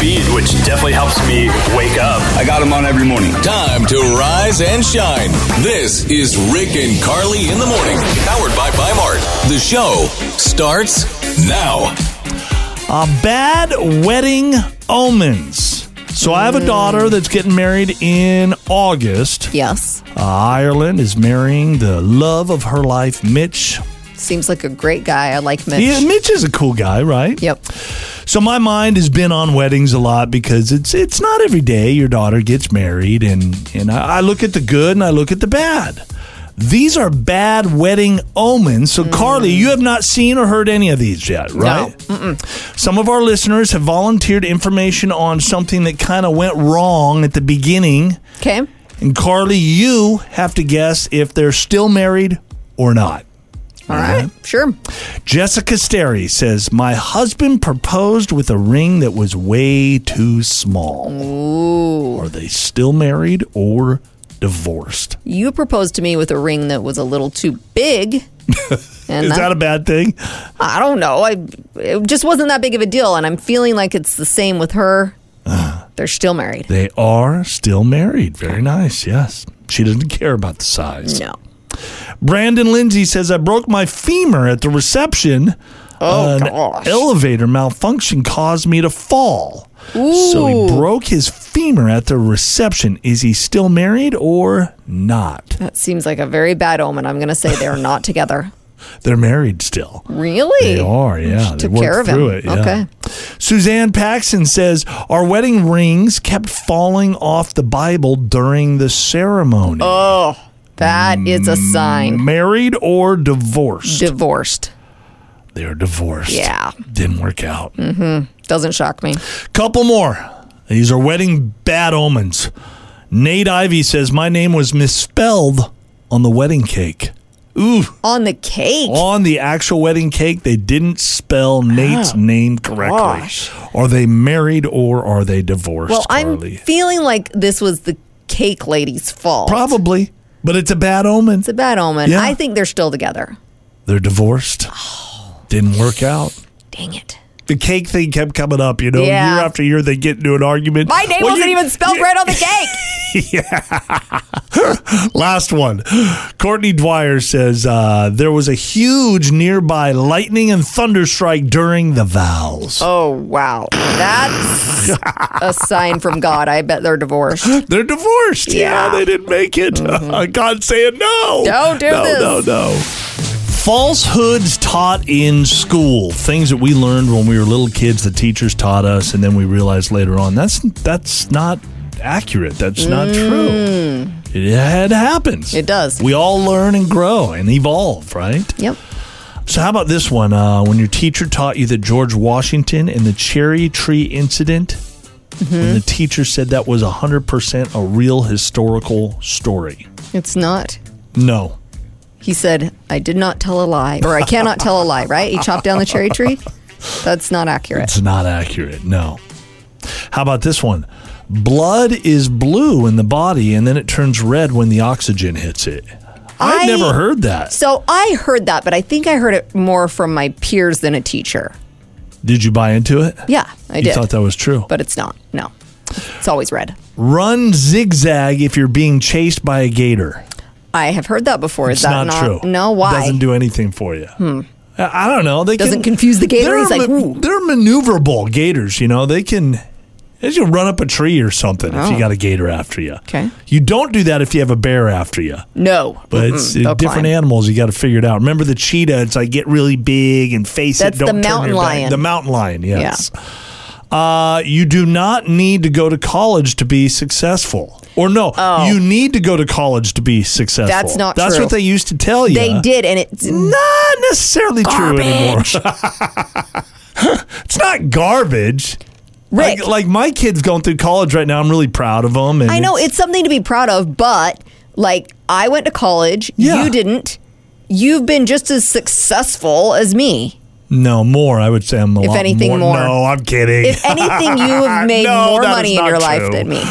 feed, which definitely helps me wake up. I got them on every morning. Time to rise and shine. This is Rick and Carly in the morning, powered by Mart. The show starts now. Uh, bad wedding omens. So I have a daughter that's getting married in August. Yes. Uh, Ireland is marrying the love of her life, Mitch. Seems like a great guy. I like Mitch. Yeah, Mitch is a cool guy, right? Yep. So my mind has been on weddings a lot because it's it's not every day your daughter gets married, and and I, I look at the good and I look at the bad. These are bad wedding omens. So Carly, you have not seen or heard any of these yet, right? Some of our listeners have volunteered information on something that kind of went wrong at the beginning, Okay. and Carly, you have to guess if they're still married or not. All right. Sure. Jessica Sterry says, My husband proposed with a ring that was way too small. Are they still married or divorced? You proposed to me with a ring that was a little too big. And Is that a bad thing? I don't know. I it just wasn't that big of a deal, and I'm feeling like it's the same with her. Ah. They're still married. They are still married. Very nice. Yes. She doesn't care about the size. No. Brandon Lindsay says, I broke my femur at the reception. Oh, An gosh. elevator malfunction caused me to fall. So he Ooh. broke his femur at the reception. Is he still married or not? That seems like a very bad omen. I'm going to say they're not together. They're married still. Really? They are, yeah. She They took worked care of through him. it, yeah. Okay. Suzanne Paxson says our wedding rings kept falling off the Bible during the ceremony. Uh, That is a Mm-hmm. sign. Married or divorced? Divorced. They're divorced. Yeah. Mm. Didn't work out. Doesn't shock me. Couple more. These are wedding bad omens. Nate Ivy says my name was misspelled on the wedding cake. Ooh, On the cake. on the actual wedding cake, they didn't spell Nate's name correctly. gosh. Are they married or are they divorced? Well, I'm Carly? feeling like this was the cake lady's fault. probably, but it's a bad omen. It's a bad omen. Yeah. I think they're still together. They're divorced. Oh. Didn't work out. Dang it. The cake thing kept coming up, you know, Yeah. year after year they get into an argument. My name Well, wasn't you- even spelled right on the cake. Last one. Courtney Dwyer says uh, there was a huge nearby lightning and thunder strike during the vows. Oh, wow. That's a sign from God. I bet they're divorced. They're divorced. Yeah, Yeah. Mm-hmm. they didn't make it. God saying no. Don't do no, this. No, no, Falsehoods taught in school. Things that we learned when we were little kids, the teachers taught us, and then we realized later on that's that's not accurate. That's not true. It, it happens. Mm. It does. We all learn and grow and evolve, right? Yep. So, how about this one? Uh, when your teacher taught you that George Washington and the cherry tree incident, Mm-hmm. when the teacher said that was 100% a real historical story. It's not. No. He said, I did not tell a lie, or I cannot tell a lie, right? He chopped down the cherry tree. That's not accurate. It's not accurate. No. How about this one? Blood is blue in the body and then it turns red when the oxygen hits it. I've I- never heard that. So I heard that, but I think I heard it more from my peers than a teacher. Did you buy into it? Yeah, I you did. thought that was true. but it's not. No. It's always red. Run zigzag if you're being chased by a gator. I have heard that before. Is It's not, that not, true. No, why? Hmm. Doesn't do anything for you. I I don't know. They can, Doesn't confuse the gator. They're, He's like, ma- "Ooh." they're maneuverable gators. You know, they can. They can run up a tree or something if you Oh. got a gator after you. Okay. You don't do that if you have a bear after you. no. But it's uh, Mm-mm. They'll different climb. animals. You got to figure it out. Remember the cheetah? It's like get really big and face That's it. the Don't turn mountain your back. lion. The mountain lion. Yes. Uh, you do not need to go to college to be successful. Or no, Oh. you need to go to college to be successful. That's not That's true. what they used to tell you. They did, and it's Not necessarily true anymore. garbage. It's not garbage. Rick, Like, like my kid's going through college right now. I'm really proud of them. And I know it's something to be proud of, but like I went to college, Yeah. you didn't. You've been just as successful as me. No, more. I would say I'm a If lot anything, more. No, I'm kidding. If anything, you have made No, more that is money in not your life true. than me.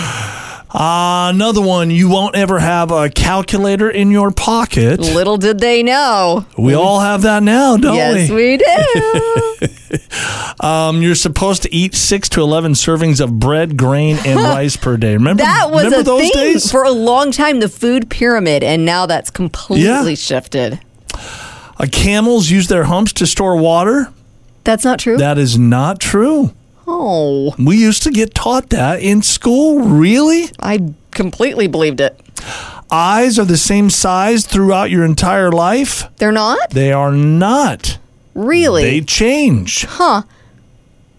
Uh, another one, you won't ever have a calculator in your pocket. Little did they know. We all have that now, don't yes, we? we do. Um, you're supposed to eat six to eleven servings of bread, grain, and rice per day. Remember That was remember a those thing days? for a long time, the food pyramid, and now that's completely Yeah. shifted. Uh, camels use their humps to store water. That's not true. That is not true. oh, We used to get taught that in school. Really? I completely believed it. Eyes are the same size throughout your entire life. They're not They are not. really. They change.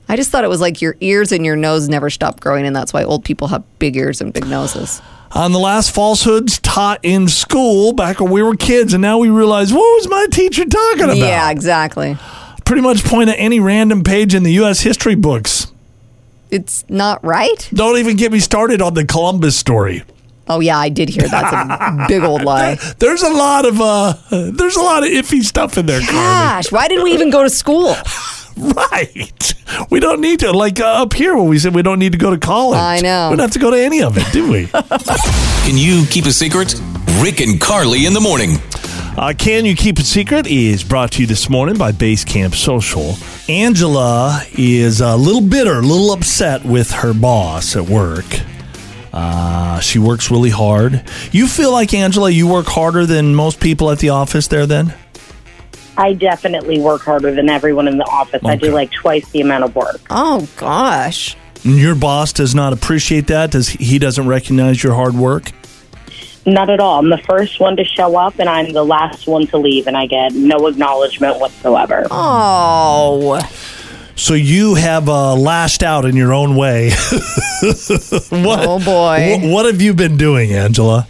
I just thought it was like your ears and your nose never stop growing, and that's why old people have big ears and big noses. On the last falsehoods taught in school back when we were kids, and now we realize what was my teacher talking about? Yeah, exactly. Pretty much point at any random page in the U.S. history books. It's not right. Don't even get me started on the Columbus story. Oh yeah, I did hear that's a big old lie. There's a lot of uh, there's a lot of iffy stuff in there, Carly. Gosh, why did we even go to school? Right? We don't need to like uh, up here when we said we don't need to go to college. I know. We don't have to go to any of it, do we? Can you keep a secret? Rick and Carly in the morning. Uh, Can You Keep It Secret is brought to you this morning by Basecamp Social. Angela is a little bitter, a little upset with her boss at work. Uh, she works really hard. You feel like, Angela, you work harder than most people at the office there then? I definitely work harder than everyone in the office. I do Okay. like twice the amount of work. Oh gosh, And your boss does not appreciate that? Does He doesn't recognize your hard work? Not at all. I'm the first one to show up, and I'm the last one to leave, and I get no acknowledgement whatsoever. oh So you have uh, lashed out in your own way. what, oh boy. wh- what have you been doing, Angela?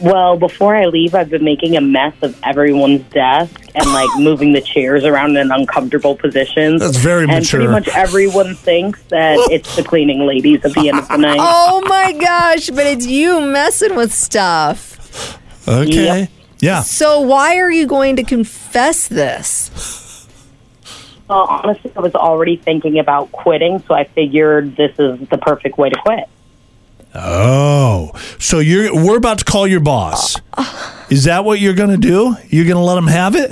Well, before I leave, I've been making a mess of everyone's desk and like moving the chairs around in uncomfortable positions. That's very and mature. pretty much everyone thinks that it's the cleaning ladies at the end of the night. Oh my gosh, but it's you messing with stuff. Okay. Yeah. So why are you going to confess this? Well, honestly, I was already thinking about quitting, so I figured this is the perfect way to quit. Oh, so you're we're about to call your boss. Is that what you're going to do? You're going to let him have it?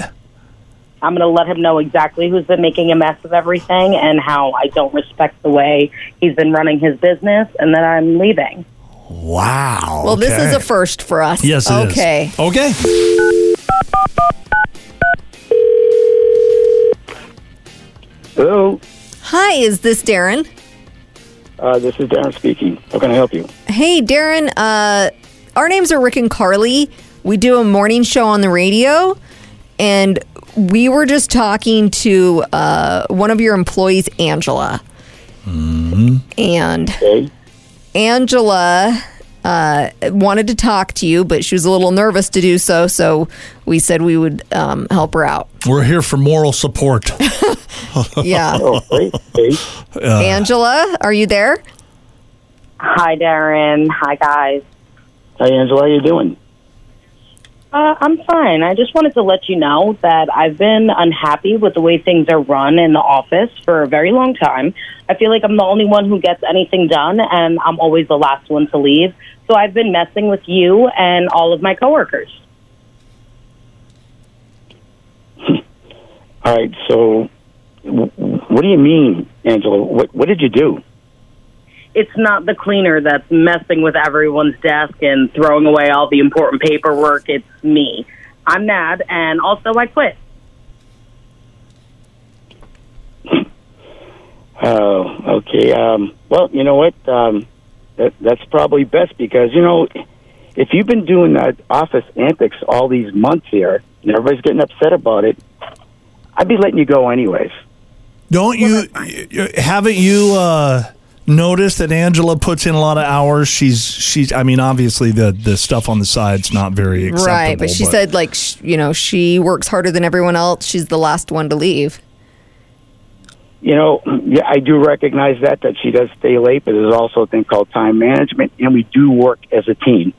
I'm going to let him know exactly who's been making a mess of everything and how I don't respect the way he's been running his business and that I'm leaving. Wow. Well, this is a okay. first for us. yes. it is. okay. Okay. Hello, Hi, is this Darren? uh, this is Darren speaking. How can I help you? Hey, Darren. Uh, our names are Rick and Carly. We do a morning show on the radio, and we were just talking to uh, one of your employees, Angela. And Hey, Angela uh, wanted to talk to you, but she was a little nervous to do so. So we said we would um, help her out. We're here for moral support. Yeah. oh, hey, hey. Angela, are you there? Hi, Darren. Hi, guys. Hey, Angela, how you doing? Uh, I'm fine. I just wanted to let you know that I've been unhappy with the way things are run in the office for a very long time. I feel like I'm the only one who gets anything done, and I'm always the last one to leave. So I've been messing with you and all of my coworkers. All right, so w- w- what do you mean, Angela? What what did you do? it's not the cleaner that's messing with everyone's desk and throwing away all the important paperwork. It's me. I'm mad, and also I quit. Oh, okay. Um, well, you know what? Um, that, that's probably best because you know, if you've been doing that office antics all these months here, and everybody's getting upset about it, I'd be letting you go anyways. Don't you you- haven't you uh noticed that Angela puts in a lot of hours? She's she's I mean, obviously the the stuff on the side's not very acceptable. right. But she said, like, sh- you know, she works harder than everyone else. She's the last one to leave. you know, yeah, I do recognize that that she does stay late, but there's also a thing called time management, and we do work as a team.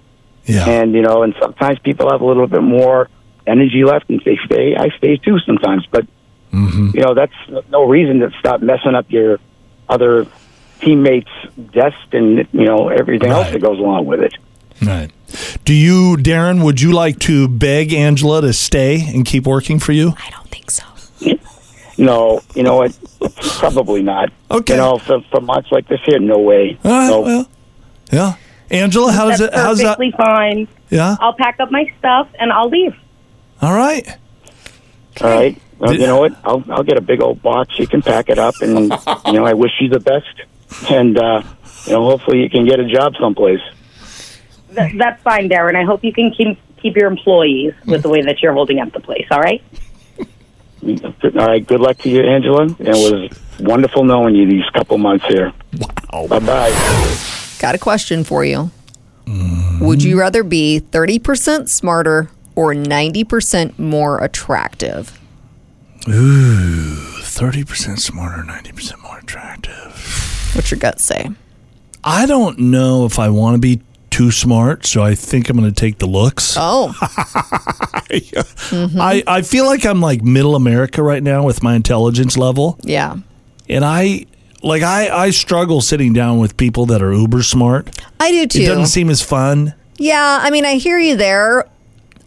yeah. And you know, and sometimes people have a little bit more energy left, and they stay. I stay too Mm-hmm. sometimes, but you know, that's no reason to stop messing up your other teammates' desks and you know everything else Right. that goes along with it. Right. Do you, Darren, would you like to beg Angela to stay and keep working for you? I don't think so. No, you know what? Probably not. Okay. You know, for, for months like this here, no way. All right. no. Well, yeah. Angela, how's it? That's How's that? perfectly fine. Yeah. I'll pack up my stuff and I'll leave. All right. All right. Well, Did- you know what? I'll, I'll get a big old box. You can pack it up, and you know I wish you the best. And uh, you know, hopefully you can get a job someplace. Th- that's fine, Darren. I hope you can keep keep your employees with the way that you're holding up the place. All right. All right. Good luck to you, Angela. It was wonderful knowing you these couple months here. Wow. Bye bye. Got a question for you. Would you rather be 30% smarter or 90% more attractive? Thirty percent smarter, ninety percent more attractive. What's your gut say? I don't know if I want to be too smart, so I think I'm going to take the looks. Mm-hmm. Oh, I, Mm-hmm. I feel like I'm like middle America right now with my intelligence level. yeah. And I like I, I struggle sitting down with people that are uber smart. I do It too. doesn't seem as fun. yeah, I mean, I hear you there.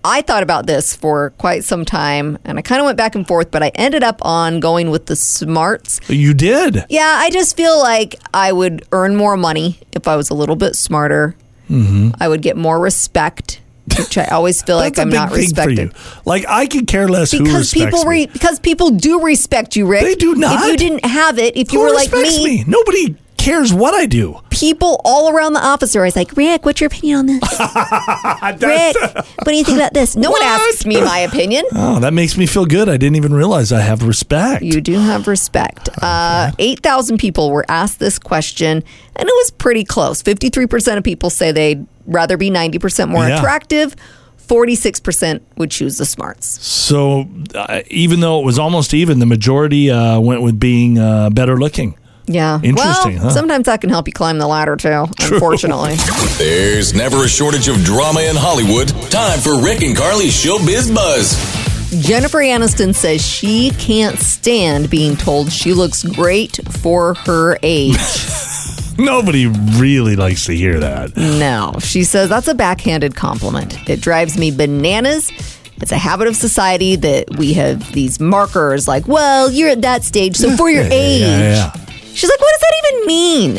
I thought about this for quite some time and I kind of went back and forth, but I ended up on going with the smarts You did. Yeah, I just feel like I would earn more money if I was a little bit smarter. Mm-hmm. I would get more respect, which I always feel like That's a I'm big not thing for you. respected. Like I could care less who Because respects people me. re- because people do respect you, Rick. They do not. If you didn't have it, if you Who were like respects me, Nobody cares what I do. people all around the office are always like, Rick, what's your opinion on this? Rick, what do you think about this? No one asks me my opinion. Oh, that makes me feel good. I didn't even realize I have respect. You do have respect. Uh, 8,000 people were asked this question, and it was pretty close. 53% of people say they'd rather be 90% more Yeah. attractive. 46% would choose the smarts. so uh, even though it was almost even, the majority uh, went with being uh, better looking. Yeah. Interesting, Well, huh? sometimes that can help you climb the ladder, too, unfortunately. There's never a shortage of drama in Hollywood. Time for Rick and Carly's Showbiz Buzz. Jennifer Aniston says she can't stand being told she looks great for her age. Nobody really likes to hear that. No, she says that's a backhanded compliment. It drives me bananas. It's a habit of society that we have these markers like, well, you're at that stage, so for your Yeah, age. yeah, yeah. She's like, what does that even mean?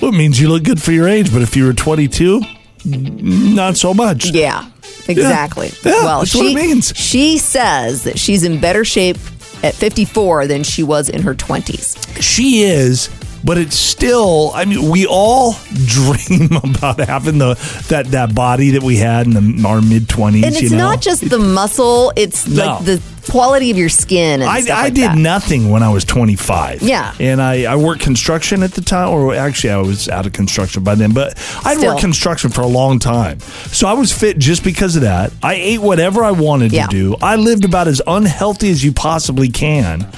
Well, it means you look good for your age, but if you were 22, not so much. Yeah, exactly. Yeah, well, that's she, what it means. She says that she's in better shape at 54 than she was in her 20s. She is, but it's still. I mean, we all dream about having the that that body that we had in the, our mid twenties. And it's you know? not just the muscle, it's like No. the quality of your skin and I, stuff I like did that. nothing when I was 25. Yeah. And I, I worked construction at the time, or actually, I was out of construction by then, but I'd Still. worked construction for a long time. So I was fit just because of that. I ate whatever I wanted Yeah. to do. I lived about as unhealthy as you possibly can.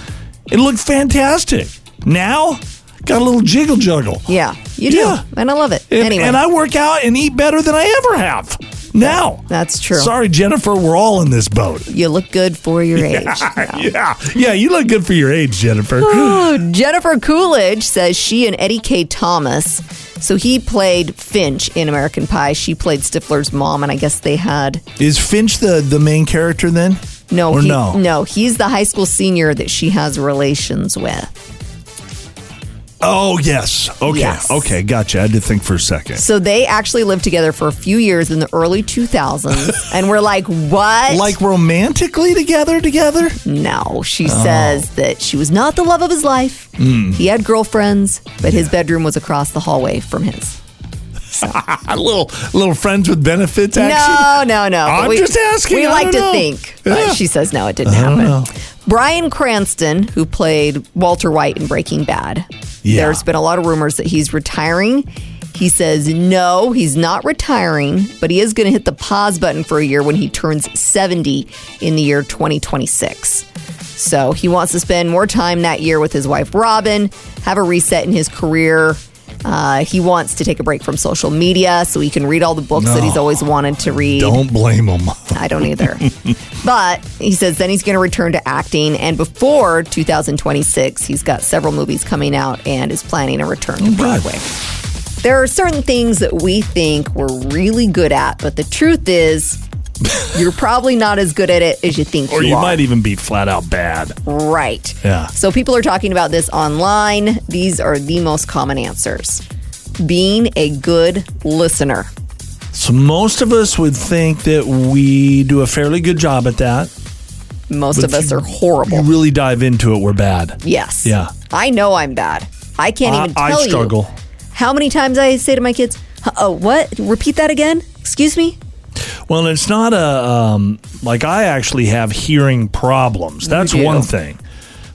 It looked fantastic. Now, got a little jiggle juggle. Yeah, you do. Yeah. And I love it. And, anyway. and I work out and eat better than I ever have now. That's true. Sorry, Jennifer, we're all in this boat. you look good for your age. Yeah. Yeah. Yeah, you look good for your age, Jennifer. Jennifer Coolidge says she and Eddie K. Thomas. So he played Finch in American Pie. She played Stifler's mom, and I guess they had Is Finch the the main character then? no, or he- no? He's the high school senior that she has relations with. Oh yes. Okay. Yes. Okay. Gotcha. I did think for a second. So they actually lived together for a few years in the early 2000s, and we're like, what? Like romantically together, together. no. She says that she was not the love of his life. He had girlfriends, but his bedroom was across the hallway from his. A little, little friends with benefits action. No, no, no. I'm But just asking. We I like don't to know. think. But Yeah. she says no, it didn't don't happen. know. Brian Cranston, who played Walter White in Breaking Bad, Yeah. there's been a lot of rumors that he's retiring. He says no, he's not retiring, but he is going to hit the pause button for a year when he turns 70 in the year 2026. So he wants to spend more time that year with his wife Robin, have a reset in his career, Uh, he wants to take a break from social media so he can read all the books that he's No. always wanted to read. Don't blame him. I don't either. but he says then he's going to return to acting. And before 2026, he's got several movies coming out and is planning a return to Broadway. There are certain things that we think we're really good at, but the truth is, you're probably not as good at it as you think Or you, you are. might even be flat out bad. Right. Yeah. So people are talking about this online. These are the most common answers. Being a good listener. So most of us would think that we do a fairly good job at that. Most But of us you- are horrible. You really dive into it, we're bad. Yes. Yeah. I know I'm bad. I can't I, even tell I you struggle. how many times I say to my kids, "Huh, "Oh, what? Repeat that again? Excuse me? Well, it's not a um, like I actually have hearing problems. That's do. one thing.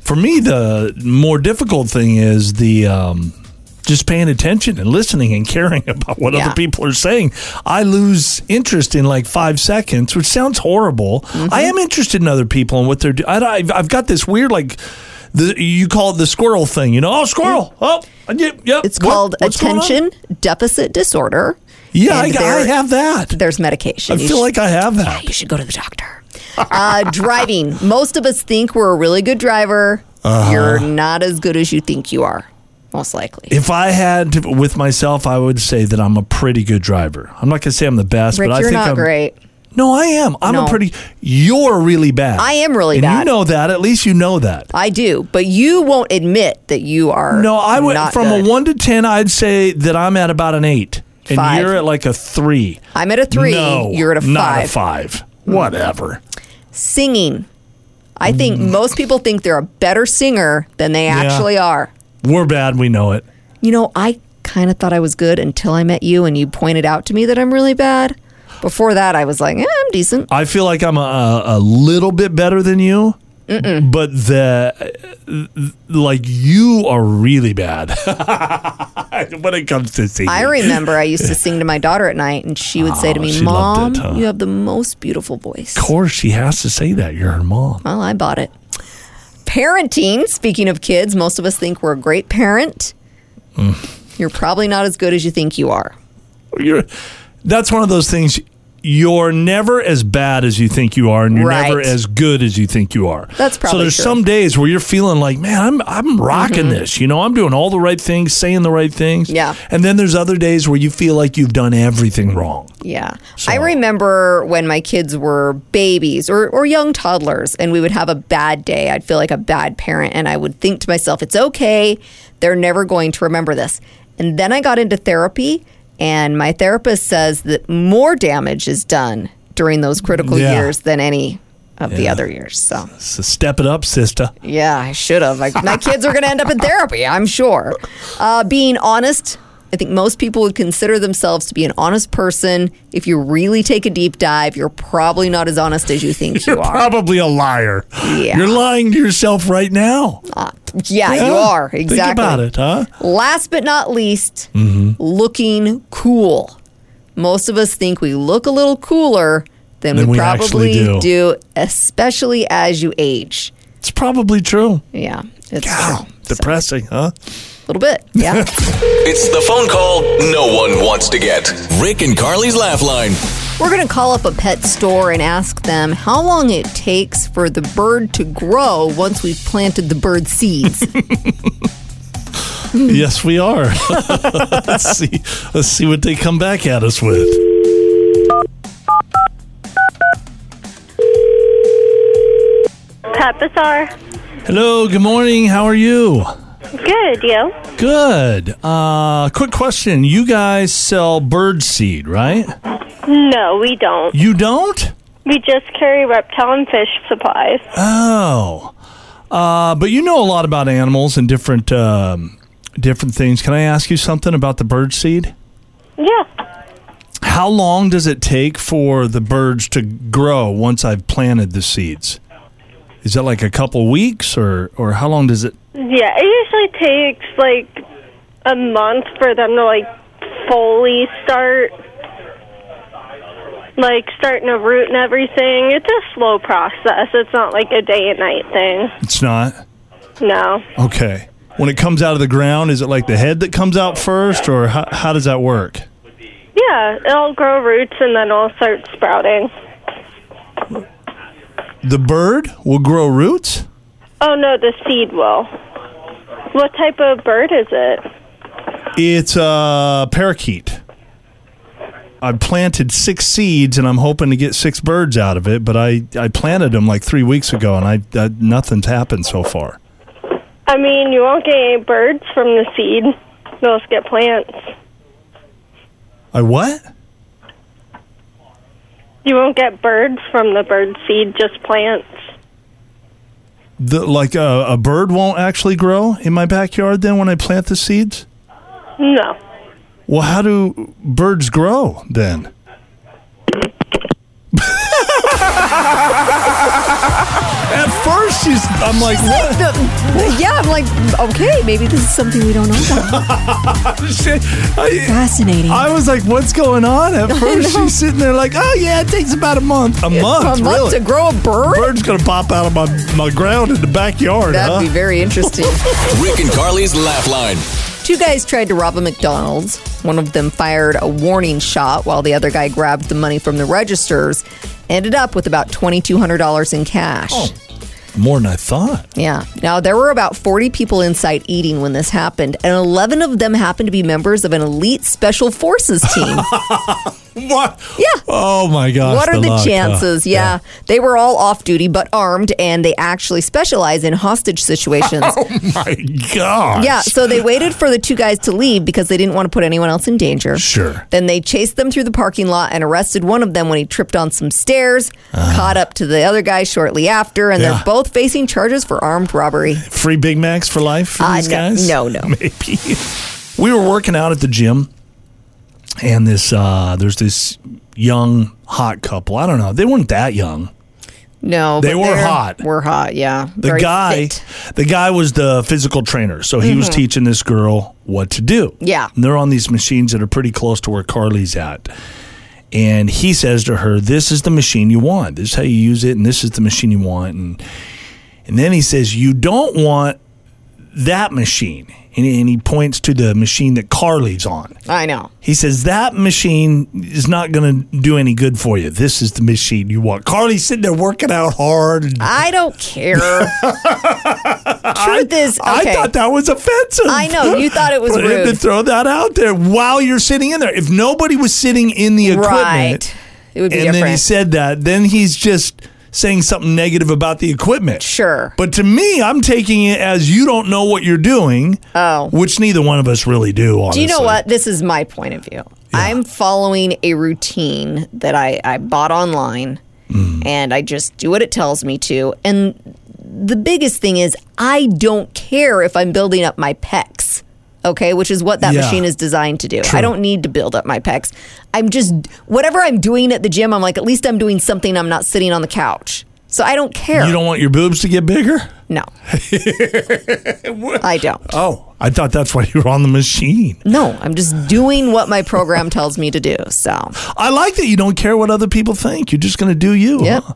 For me, the more difficult thing is the um, just paying attention and listening and caring about what Yeah. other people are saying. I lose interest in like five seconds, which sounds horrible. I Mm-hmm. am interested in other people and what they're doing. I've, I've got this weird like. The, you call it the squirrel thing, you know? Oh, squirrel! Oh, yep, yep. It's What? called What's going on? attention deficit disorder. Yeah, I, And I there- have that. There's medication. I You feel should- like I have that. you should go to the doctor. Uh, driving. Most of us think we're a really good driver. Uh-huh. You're not as good as you think you are, most likely. If I had to, with myself, I would say that I'm a pretty good driver. I'm not gonna say I'm the best, Rick, but I you're think not I'm great. No, I am. I'm No. a pretty. You're really bad. I am really and bad. You know that. At least you know that. I do, but you won't admit that you are. No, I would not from good. a one to ten. I'd say that I'm at about an eight, and Five. you're at like a three. I'm at a three. No, you're at a Not a five. five. Whatever. Singing. I think Mm. most people think they're a better singer than they actually are. We're bad. We know it. You know, I kind of thought I was good until I met you and you pointed out to me that I'm really bad. Before that, I was like, eh, I'm decent. I feel like I'm a, a, a little bit better than you. But the like you are really bad when it comes to singing. I remember I used to sing to my daughter at night, and she would say to me, Oh, she "Mom, loved it, huh? you have the most beautiful voice." Of course, she has to say that. You're her mom. Well, I bought it. Parenting. Speaking of kids, most of us think we're a great parent. Mm. You're probably not as good as you think you are. You're, that's one of those things. You're never as bad as you think you are, and you're Right. never as good as you think you are. That's so. probably There's true. Mm-hmm. some days where you're feeling like, man, I'm I'm rocking this. You know, I'm doing all the right things, saying the right things. Yeah. And then there's other days where you feel like you've done everything wrong. Yeah. I remember when my kids were babies or, or young toddlers and we would have a bad day. I'd feel like a bad parent and I would think to myself, it's okay. They're never going to remember this. And then I got into therapy and my therapist says that more damage is done during those critical Yeah. years than any of the other years. So So step it up, sister. yeah, I should have. Like, my kids are going to end up in therapy, I'm sure. Uh, being honest, I think most people would consider themselves to be an honest person. If you really take a deep dive, you're probably not as honest as you think you You're are. probably a liar. Yeah. You're lying to yourself right now. yeah, you are. Exactly. Think about it, Mm-hmm. huh? Last but not least, looking cool. Most of us think we look a little cooler than, Than we, we probably actually do. do. especially as you age. It's probably true. Yeah, it's Ow, a depressing, huh? little bit. Yeah. It's the phone call no one wants to get. Rick and Carly's Laugh Line. We're going to call up a pet store and ask them how long it takes for the bird to grow once we've planted the bird seeds. Yes, we are. let's see. Let's see what they come back at us with. Pet Bazaar. Hello. Good morning. How are you? Good, you? Good. Uh, quick question. You guys sell bird seed, right? No, we don't. You don't? We just carry reptile and fish supplies. Oh. Uh, but you know a lot about animals and different um, different things. Can I ask you something about the bird seed? Yeah. How long does it take for the birds to grow once I've planted the seeds? Is that like a couple weeks, or or how long does it? Yeah, it usually takes like a month for them to like fully start like starting to root and everything. It's a slow process. It's not like a day and night thing. It's not. No. Okay. when it comes out of the ground, is it like the head that comes out first, or how, how does that work? Yeah, it'll grow roots and then it'll start sprouting. The bird will grow roots. Oh no, the seed will. What type of bird is it? It's a parakeet. I planted six seeds and I'm hoping to get six birds out of it, but I, I planted them like three weeks ago and I, I nothing's happened so far. I mean, you won't get any birds from the seed. You'll just get plants. I what? You won't get birds from the bird seed, just plants. The, like uh, a, a bird won't actually grow in my backyard then when I plant the seeds? No. Well, how do birds grow then? At first, she's, I'm like, what? The- the- yeah, I'm like, okay, maybe this is something we don't know about. Shit. I, Fascinating. I was like, what's going on? At first, she's sitting there like, oh, yeah, it takes about a month. A month? a month really? to grow a bird? Bird's going to pop out of my, my ground in the backyard, That'd huh? be very interesting. Rick and Carly's Laugh Line. Two guys tried to rob a McDonald's. One of them fired a warning shot while the other guy grabbed the money from the registers. Ended up with about $2,200 in cash. Oh. More than I thought. Yeah. Now, there were about 40 people inside eating when this happened, and 11 of them happened to be members of an elite special forces team. What? Yeah. Oh, my gosh. what are the, luck, huh? chances? Yeah. They were all off duty but armed, and they actually specialize in hostage situations. Oh My gosh. Yeah, so they waited for the two guys to leave because they didn't want to put anyone else in danger. Sure. Then they chased them through the parking lot and arrested one of them when he tripped on some stairs, caught up to the other guy shortly after, and Uh. Yeah. they're both facing charges for armed robbery. Free Big Macs for life for Uh, these no- guys? no, no. Maybe. We were working out at the gym, and this uh, there's this young hot couple. I don't know. They weren't that young. No, They but were they're- hot. We're hot, yeah. The guy, the guy was the physical trainer, so he was teaching this girl what to do. Yeah. and they're on these machines that are pretty close to where Carly's at. And he says to her, "This is the machine you want. This is how you use it, and this is the machine you want." And and then he says, "You don't want that machine." And, and he points to the machine that Carly's on. I know. He says that machine is not going to do any good for you. This is the machine you want. Carly's sitting there working out hard. and I don't care. Truth is, okay. I thought that was offensive. I know, you thought it was For him to rude. throw that out there while you're sitting in there. If nobody was sitting in the equipment, right. It and would be then he different. said that, then he's just saying something negative about the equipment. Sure. But to me, I'm taking it as you don't know what you're doing. Oh. Which neither one of us really do. Honestly. Do you know what? This is my point of view. I'm following a routine that I, I bought online Mm. and I just do what it tells me to. And the biggest thing is, I don't care if I'm building up my pecs, okay, which is what that Yeah. machine is designed to do. I don't need to build up my pecs. I'm just, whatever I'm doing at the gym, I'm like, at least I'm doing something. I'm not sitting on the couch. So I don't care. You don't want your boobs to get bigger? No. I don't. Oh, I thought that's why you were on the machine. No, I'm just doing what my program tells me to do. So. I like that you don't care what other people think. You're just going to do you. Yep. huh?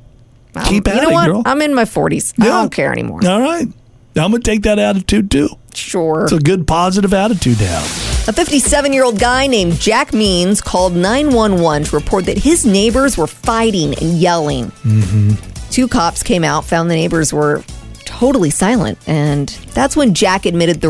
I'm- Keep at Um, you know it, what? girl. I'm in my 40s. I Yeah. don't care anymore. All right. I'm going to take that attitude too. Sure. It's a good positive attitude to have. A 57 year old guy named Jack Means called 911 to report that his neighbors were fighting and yelling. Mm-hmm. Two cops came out, found the neighbors were totally silent. And that's when Jack admitted the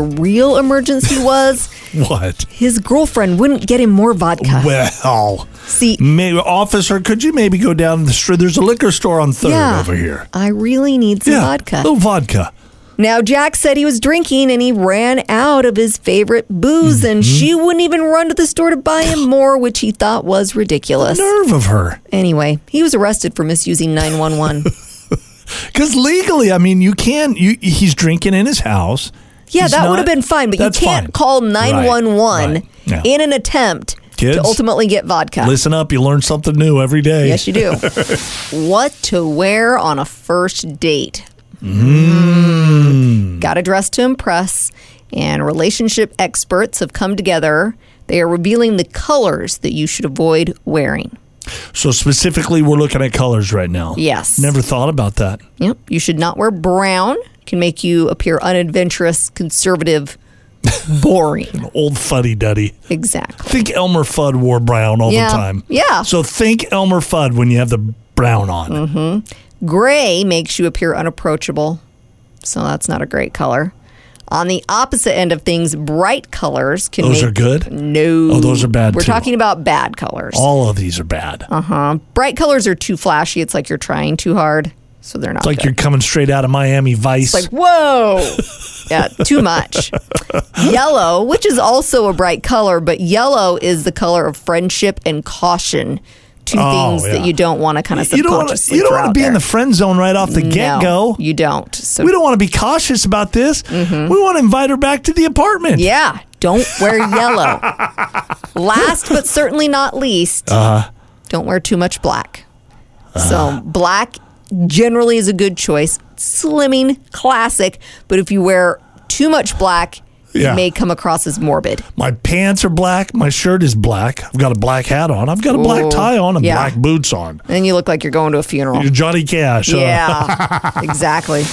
real emergency was What? his girlfriend wouldn't get him more vodka. Well, See, maybe, officer, could you maybe go down the street? There's a liquor store on Third yeah, over here. Oh, I really need some a vodka. little vodka. Now, Jack said he was drinking and he ran out of his favorite booze, and Mm-hmm. she wouldn't even run to the store to buy him more, which he thought was ridiculous. Nerve of her, Anyway, he was arrested for misusing 911. because legally, I mean, you can. You he's drinking in his house. Yeah, He's that not- would have been fine, but you that's can't fine. call Right, 911 right, yeah. in an attempt Kids, to ultimately get vodka. Listen up, you learn something new every day. Yes, you do. what to wear on a first date? Got to dress to impress. And relationship experts have come together. They are revealing the colors that you should avoid wearing. so specifically, we're looking at colors right now. Yes. Never thought about that. Yep. You should not wear brown. can make you appear unadventurous, conservative, boring. Old fuddy duddy. exactly. Think Elmer Fudd wore brown all Yeah. the time. Yeah. So think Elmer Fudd when you have the brown on. Gray makes you appear unapproachable. So that's not a great color. On the opposite end of things, bright colors can Those make- are good. No. Oh, those are bad, We're too. talking about bad colors. All of these are bad. bright colors are too flashy. It's like you're trying too hard. So they're not It's like good. you're coming straight out of Miami Vice. It's like, whoa. yeah, too much. yellow, which is also a bright color, but yellow is the color of friendship and caution to Oh, things yeah. that you don't want to kind of you don't want subconsciously to. You don't throw want to out be in there. the friend zone right off the get go. No, you Mm-hmm. don't. So we don't want to be cautious about this. We want to invite her back to the apartment. yeah, don't wear yellow. Last but certainly not least, don't wear too much black. So black generally is a good choice. Slimming, classic, but if you wear too much black, Yeah. it may come across as morbid. My pants are black. My shirt is black. I've got a black hat on. I've got a black Ooh, tie on and yeah. Oh. black boots on. And you look like you're going to a funeral. You're Johnny Cash. huh? yeah, exactly.